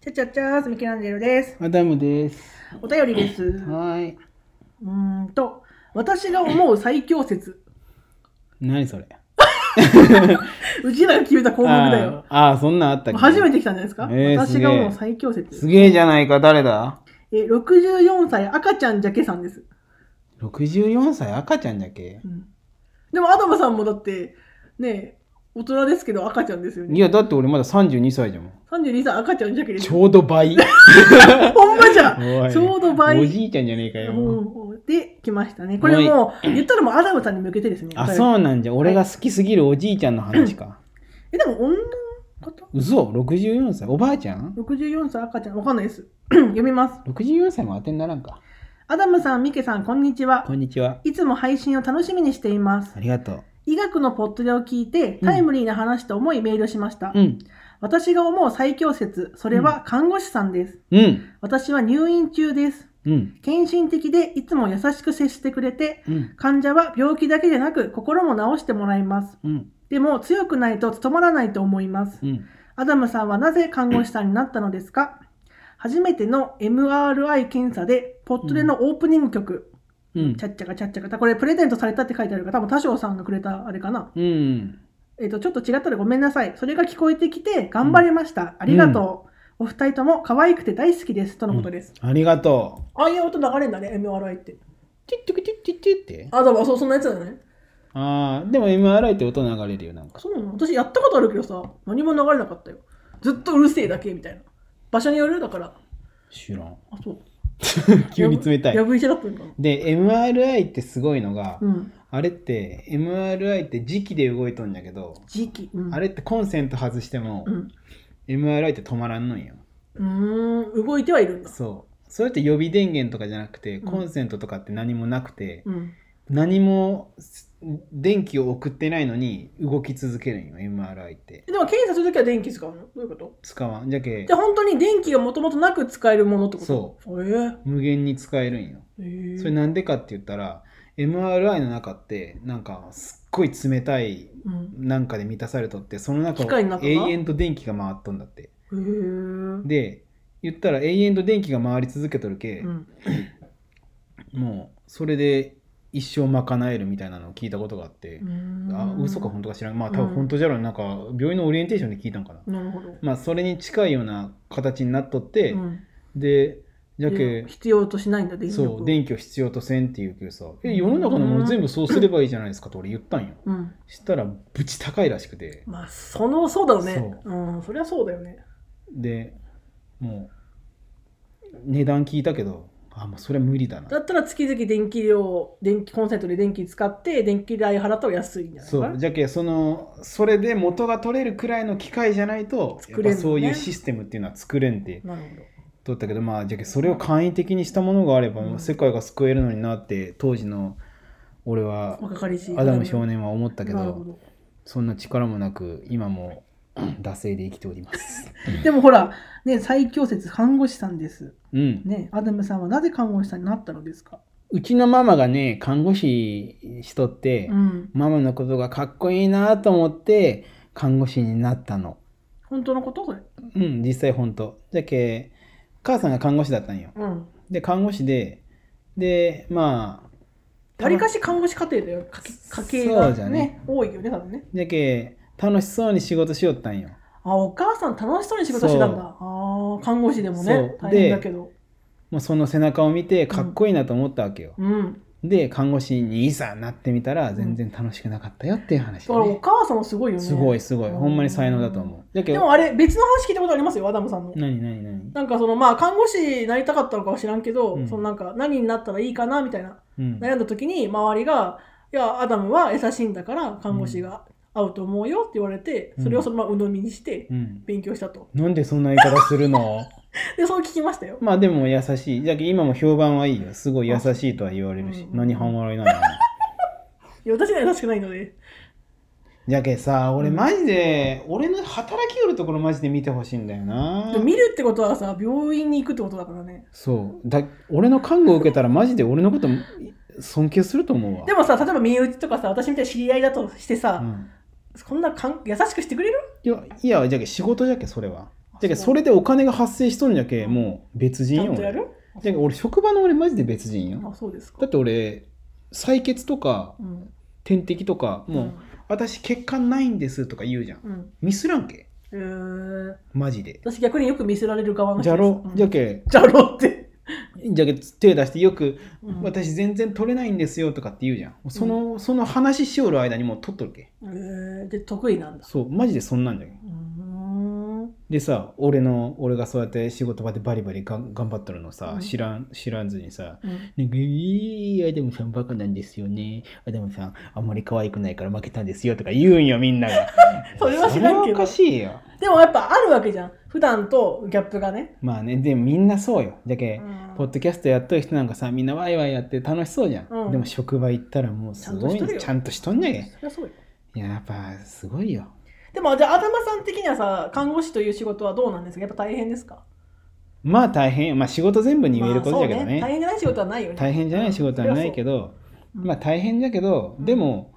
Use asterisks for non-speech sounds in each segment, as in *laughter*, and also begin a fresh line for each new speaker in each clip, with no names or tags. ちゃちゃちゃーす、ミケランジェロです。
アダムです。
お便りです。う
はい。
ーんと、私が思う最強説。 *laughs*
何それ。
うちらが決めた項目だよ。
あーあー、そんなんあったっけ。
初めて来たんじゃないですか、
えー
私
すげえ
が思う最強
す
説。
げえじゃないか、誰だ
え、64歳赤ちゃんジャケさんです。
?64 歳赤ちゃんじゃけ
う。ん、でも、アダムさんもだって、ね、大人ですけど赤ちゃんですよ
い
ね。
や、だって俺まだ32歳じゃん。
32歳赤ちゃんジャケです
ち。ょうど倍。
*laughs* ほんまじゃ
おい
ちょうど
お
倍。
じいちゃんじゃねえかよ。
うんで、来ましたね。これもう、言ったらもうアダムさんに向けてですね。
あ、
う。
そうなんじゃ。俺が好きすぎるおじいちゃんの話か。
え、でも、女の方
嘘 ?64 歳おばあちゃん
?64 歳赤ちゃん、わかんないです。 *clears throat* 読みます。
?64 歳も当てにならんか。
アダムさん、ミケさん、こんにちは
こ。んにちは。
いつも配信を楽しみにしています
あ。りがとう。
医学のポッドでを聞いて、タイムリーな話と思いメールしました。
うん。
私が思う最強説、それは看護師さんです。
うん。
私は入院中です。
うん。
献身的で、いつも優しく接してくれて、
うん。
患者は病気だけでなく心も治してもらいます。
うん。
でも強くないと務まらないと思います
う。ん。
アダムさんはなぜ看護師さんになったのですか初めての MRI 検査で、ポットでのオープニング曲、
うん
チ。ャッチャカチャッチャカ、これプレゼントされたって書いてあるから、多分多少さんがくれたあれかな。
うん。
えっ、と、ちょっと違ったらごめんなさい。それが聞こえてきて、頑張れました。ありがとう。お二人とも可愛くて大好きです。とのことです。
ありがとう。
ああいう音流れんだね、MRI って。
チュッチュクチュッチュッチュッって。
あ、だからそうそんなやつだよね。
ああ、でも MRI って音流れるよ、なんか。
そうなの私やったことあるけどさ何も流れなかったよずっとうるせえだけみたいな場所によるだから
知らん。
*laughs* あそう
急に冷た
や
い。
ぶ医者だったのかな
で、MRI ってすごいのが、
うん
あれって MRI って磁気で動いとんやけど、
時期うん
あれってコンセント外しても、
うん
MRI って止まらんのんよ。
うーん動いてはいるんだ
そう。それって予備電源とかじゃなくて、
うん
コンセントとかって何もなくて、
うん
何も電気を送ってないのに動き続けるんよ、MRI って。
でも検査するときは電気使うのどういうこと
使わん。じゃけ
じゃ、あ本当に電気がもともとなく使えるものってこと
そう
えー、
無限に使えるんよ。
えー、
それなんでかって言ったら MRI の中ってなんかすっごい冷たい
うん
なんかで満たされとってその中
機
を
械の中が
永遠と電気が回っとんだって
えー
で言ったら永遠と電気が回り続けとるけ、
うん、
もうそれで一生賄えるみたいなのを聞いたことがあって
う、ーん
あ嘘か本当か知らんまあ多
うん
分本当じゃろうななんか病院のオリエンテーションで聞いたんかな、
なるほど、
まあそれに近いような形になっとって、
うん、
でじゃ
い
け
や必要としないんだ電力を
そう電気を必要とせんって言うけどさ、
う
え
ん
世の中のもの全部そうすればいいじゃないですかと俺言ったんよ
うん
したらぶち高いらしくて
まあそのそうだろうね、
そう
ん、そりゃそうだよね
でもう値段聞いたけどあもうそれは無理だな
だったら月々電気量電気コンセントで電気使って電気代払ったら安いんじゃないか
そ
な
うじゃけそのそれで元が取れるくらいの機械じゃないとや
作
っ
れんのね
ぱそういうシステムっていうのは作れんって
なるほど
取ったけどまあじゃけそれを簡易的にしたものがあれば、
うん
世界が救えるのになって当時の俺は
若かりしい
アダム少年は思ったけ
なるほ
ど
ど
そんな力もなく今も *clears throat* 惰性で生きております。
でもほらね最強説看護師さんです
うん、
ねアダムさんはなぜ看護師さんになったのですか
うちのママがね看護師しとって、
うん
ママのことがかっこいいなと思って看護師になったの。
本当のことそれ
うん実際ほんと。じゃけ母さんが看護師だったんよ。
うん
で看護師ででまあ
わりかし看護師家庭だよかけ家計
そ
が
うじ
ね
ゃね
多いよね多分ね
じゃけ楽しそうに仕事しよったんよ。
あお母さん楽しそうに仕事してたんだあー看護師でもね
そ
大
う
変だけど
もうその背中を見てかっこいいなと思ったわけよ。
うん
で看護師にいざなってみたら全然楽しくなかったよっていう話
だか
だ
らお
ね。
母さんもすごいよね
すごいすごい。ほんまに才能だと思う。じゃけ
でもあれ別の話聞いたことありますよアダムさんの
何何何
なんかそのまあ看護師になりたかったのかは知らんけど、
うん
そのなんか何になったらいいかなみたいな
うん
悩んだ時に周りが「いやアダムは優しいんだから看護師が合うと思うよ」って言われて
うん
それをそのまま鵜呑みにして
うん。
勉強したと
なんでそんな言い方する
*laughs*
の
でそう聞きましたよ
まあでも優しい。じゃけ今も評判はいいよ。すごい優しいとは言われる
あ
し
う。ん
何半笑いなの
いや私には優しくないので
じゃけさ、俺
うん
マジで、俺の働きよるところマジで見てほしいんだよな
で。も見るってことはさ病院に行くってことだからね
そう。だ俺の看護受けたらマジで俺のこと尊敬すると思うわ。
でもさ例えば身内とかさ私みたいな知り合いだとしてさ、
うん
こんなかん優しくしてくれる
いや、いやじゃけ仕事じゃけそれは。
あ
だけどそれでお金が発生しとるんじゃけ
うん
もう別
ち
人
ゃ
よ
んとや
俺
る
だけど俺職場の俺マジで別人よ
あ、そうですか
だ。って俺採血とか
うん。
点滴とかもう、
ん
私血管ないんですとか言うじゃん
うん。
ミスらんけ
えー、
マジで
私逆によく見せられる側の
じ
人
ゃ
です
ろ
うん
じゃけ
じゃろって。
じゃけ手出してよく
うん
私全然取れないんですよとかって言うじゃんその,、その話しおる間にもう取っとるけ
えー、で、得意なんだ。
そうマジでそんなんじゃけ
うーん。
でさ俺の俺がそうやって仕事場でバリバリがん頑張っとるのさ、
うん
知らん知らんずにさ
うん
なんかいいアダムさんバカなんですよねアダムさんあんまり可愛くないから負けたんですよとか言うんよみんなが
*laughs* それは知らんけど
それはおかしいよ
でもやっぱあるわけじゃん。普段とギャップがね。
まあねでもみんなそうよだけ、
うん
ポッドキャストやっとる人なんかさみんなワイワイやって楽しそうじゃん、
うん
でも職場行ったらもうすごいねち
ち
ゃ
ゃ
んとしとんね
そりゃそうよ
いややっぱすごいよ
でもじゃあ頭さん的にはさ看護師という仕事はどうなんですかやっぱ大変ですか
まあ大変まあ仕事全部に言えることだけど
まあそう
ね,、
大変じゃない仕事はないよね
大変じゃない仕事はないけど、
うん
まあ大変だけど、でも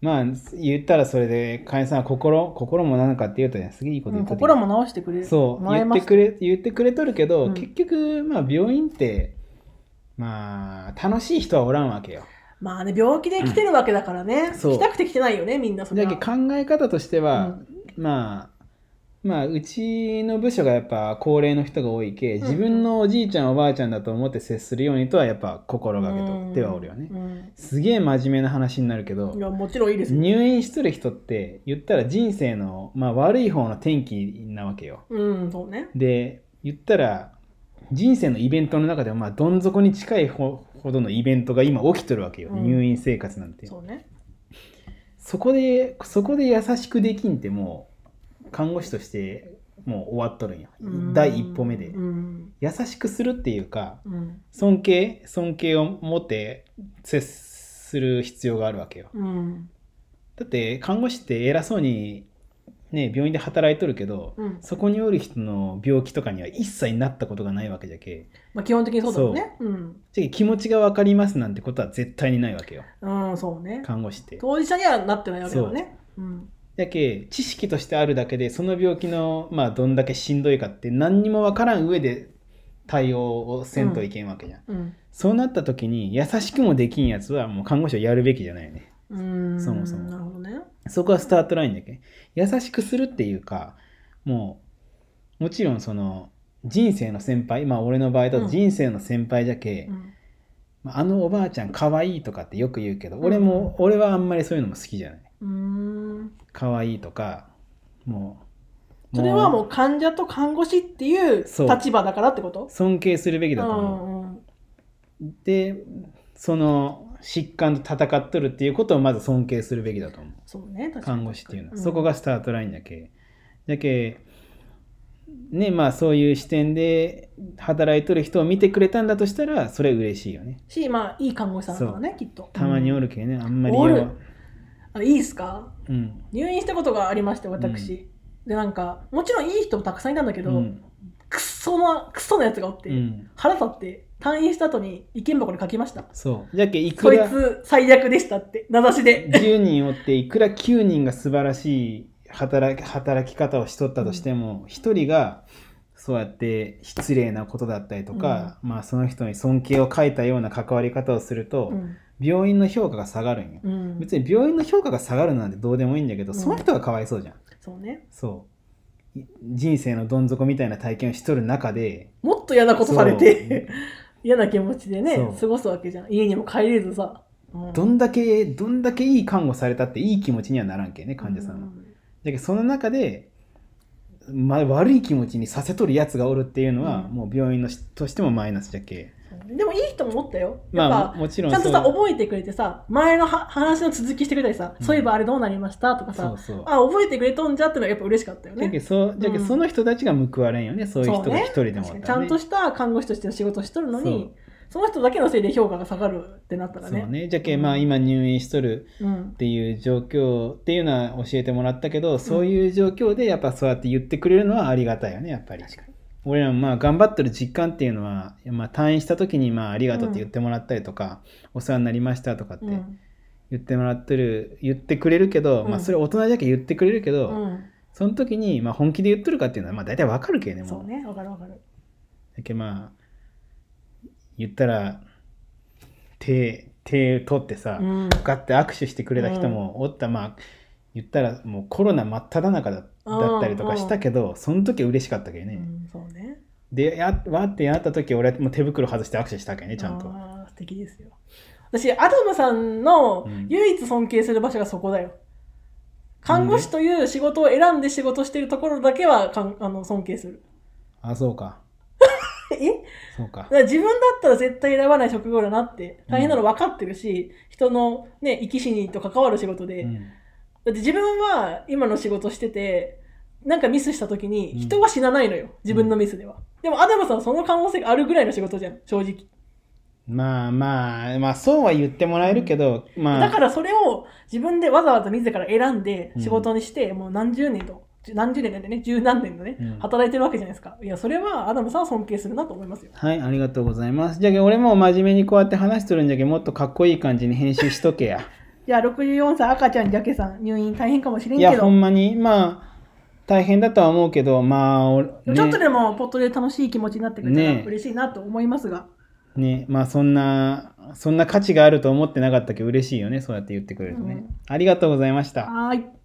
まあ言ったらそれでかえさんは心心もなんかって言うとねすげえいいこと
う
言
ん
っとったけど
心も直してくれる
そう
前
言っ
ま
て
す
くれ言ってくれとるけど、
うん
結局まあ病院ってまあ楽しい人はおらんわけよ
まあね病気で来てるわけだからね、
そ
来
う
たくて来てないよねみんなそれ
だ
は
けど考え方としては、まあまあうちの部署がやっぱ高齢の人が多いけ
ん
自分のおじいちゃんおばあちゃんだと思って接するようにとはやっぱ心がけとってはおるよね、
うん
すげえ真面目な話になるけ
い
ど
やもちろんいいですよ
入院しとる人って言ったら人生の、まあ、悪い方の転機なわけよ
うんそうね
で言ったら人生のイベントの中でもまあどん底に近いほほどのイベントが今起きとるわけよ、
うん
入院生活なんて
そうね
そこでそこで優しくできんってもう看護師としてもう終わっとるんよ
うん
第一歩目で
うん
優しくするっていうか
うん
尊敬尊敬を持って接する必要があるわけよ
うん
だって看護師って偉そうにね病院で働いとるけど、
うん
そこにおる人の病気とかには一切なったことがないわけじゃけ
まあ基本的にそうだもんねうん
じゃあ気持ちが分かりますなんてことは絶対にないわけよ
うんそうね
看護師って。
当事者にはなってないわけだよねうん
だけ知識としてあるだけでその病気の、まあ、どんだけしんどいかって何にも分からん上で対応をせんといけんわけじゃん。
うん
そうなった時に優しくもできんやつはもう看護師をやるべきじゃないよね。
うん
そもそも
なるほどね
そこはスタートラインだけ優しくするっていうかもうもちろんその人生の先輩まあ俺の場合だ
う
と
ん
人生の先輩じゃけ、
うん
まああのおばあちゃん可愛いとかってよく言うけど
ん
俺も、俺はあんまりそういうのも好きじゃないう
ーん
可愛いとかもう
それはもう患者と看護師っていう
そう
立場だからってこと
尊敬するべきだと思う、
ん
でその疾患と戦っとるっていうことをまず尊敬するべきだと思う
そうね確かに
看護師っていうのは、
ん
そこがスタートラインだけだけねまあそういう視点で働いとる人を見てくれたんだとしたらそれ嬉しいよね
しまあいい看護師さんだからねきっと
たまにお
る、
るけどね、あんまり
おる
よ
あいいですか
うん
入院したことがありまして私、でなんかもちろんいい人もたくさんいたんだけ
う
ど、
ん
クソなクソなやつがおって、
うん
腹立って退院した後に意見箱に書きました
そうじゃけいく
そい
ら
つ最悪でしたって名指しで
10人おっていくら9人が素晴らしい働き働き方をしとったとしても、1人がそうやって失礼なことだったりとか、まあその人に尊敬を欠いたような関わり方をすると、
うん
病院の評価が下がるんよ、
うん
別に病院の評価が下がるなんてどうでもいいんだけど、
うん
その人がかわいそうじゃん
そうね
そうい人生のどん底みたいな体験をしとる中で
もっと嫌なことされて
そう
嫌な気持ちで
そう
ね過ごすわけじゃん家にも帰れずさ、うん
どんだけどんだけいい看護されたっていい気持ちにはならんけんね患者さんは。だけどその中で、ま、悪い気持ちにさせとるやつがおるっていうのは、
うん
もう病院のしとしてもマイナスじゃけ
うんでもいい人もおったよやっぱ、
まあももちろん
ちゃんとさ
そう
覚えてくれてさ前のは話の続きしてくれたりさ、
うん
そういえばあれどうなりましたとか
そ
さ
うそう
あ覚えてくれとんじゃってのがやっぱ嬉しかったよ
だけ
ね
どそうじゃけど
うん
その人たちが報われんよね、そういう人
そう
が
ね
一人でもお
確
った
からに
ね
ちゃんとした看護師としての仕事をしとるのにその人だけのせいで評価が下がるってなった
そ
ら
う
ね
そうねじゃけまあ今入院しとる
うん
っていう状況っていうのは教えてもらったけど、そういう状況でやっぱそうやって言ってくれるのはありがたいよねやっぱり
確かに
俺らもまあ頑張ってる実感っていうのは、まあ、退院した時にまあありがとうって言ってもらったりとか、お世話になりましたとかって、
うん
言ってもらってる言ってくれるけど、
うん
まあそれ大人だけ言ってくれるけど、
うん
その時に、まあ、本気で言っとるかっていうのは、まあ、大体わかるけどねも
そうね、わかるわかる。
だけどまあ言ったら手手取ってさ、
うん。
ガッて握手してくれた人もおった、まあ言ったらもうコロナ真っ只中だ
うん
だったりとかしたけど、その時は嬉しかったけど
う
ね、
ん、そうね。
でやわってやった時俺もう手袋外して握手したけどねちゃんと
あー素敵ですよ。私、アトムさんの
うん
唯一尊敬する場所がそこだよ。看護師という仕事を選んで仕事してるところだけはかんあの尊敬する。 *laughs*
あそうか
え
そうか
だから自分だったら絶対選ばない職業だなって大変なの分かってるし、人の、ね、生き死にと関わる仕事で、
う
だ
ん
って自分は今の仕事しててなんかミスした時に
うん
人は死なないのよ、自分のミスではでもアダムさんはその可能性があるぐらいの仕事じゃん正直
まあまあまあそうは言ってもらえるけど、まあ
だからそれを自分でわざわざ自ら選んで仕事にして、もう何十年と何十年なんでね十何年のね、
うん
働いてるわけじゃないですかいやそれはアダムさんは尊敬するなと思いますよ
はいありがとうございますじゃあ俺も真面目にこうやって話しとるんじゃけもっとかっこいい感じに編集しとけや
じゃあ64歳赤ちゃんジャケさん入院大変かもしれん
い
け
やほ
ど
んまにまあ大変だとは思うけどまあおね
ちょっとでもポットで楽しい気持ちになってくれた
ね
ら嬉しいなと思いますが、
ねまあそんなそんな価値があると思ってなかったけど嬉しいよねそうやって言ってくれるとね、
うん
ありがとうございました
はーい。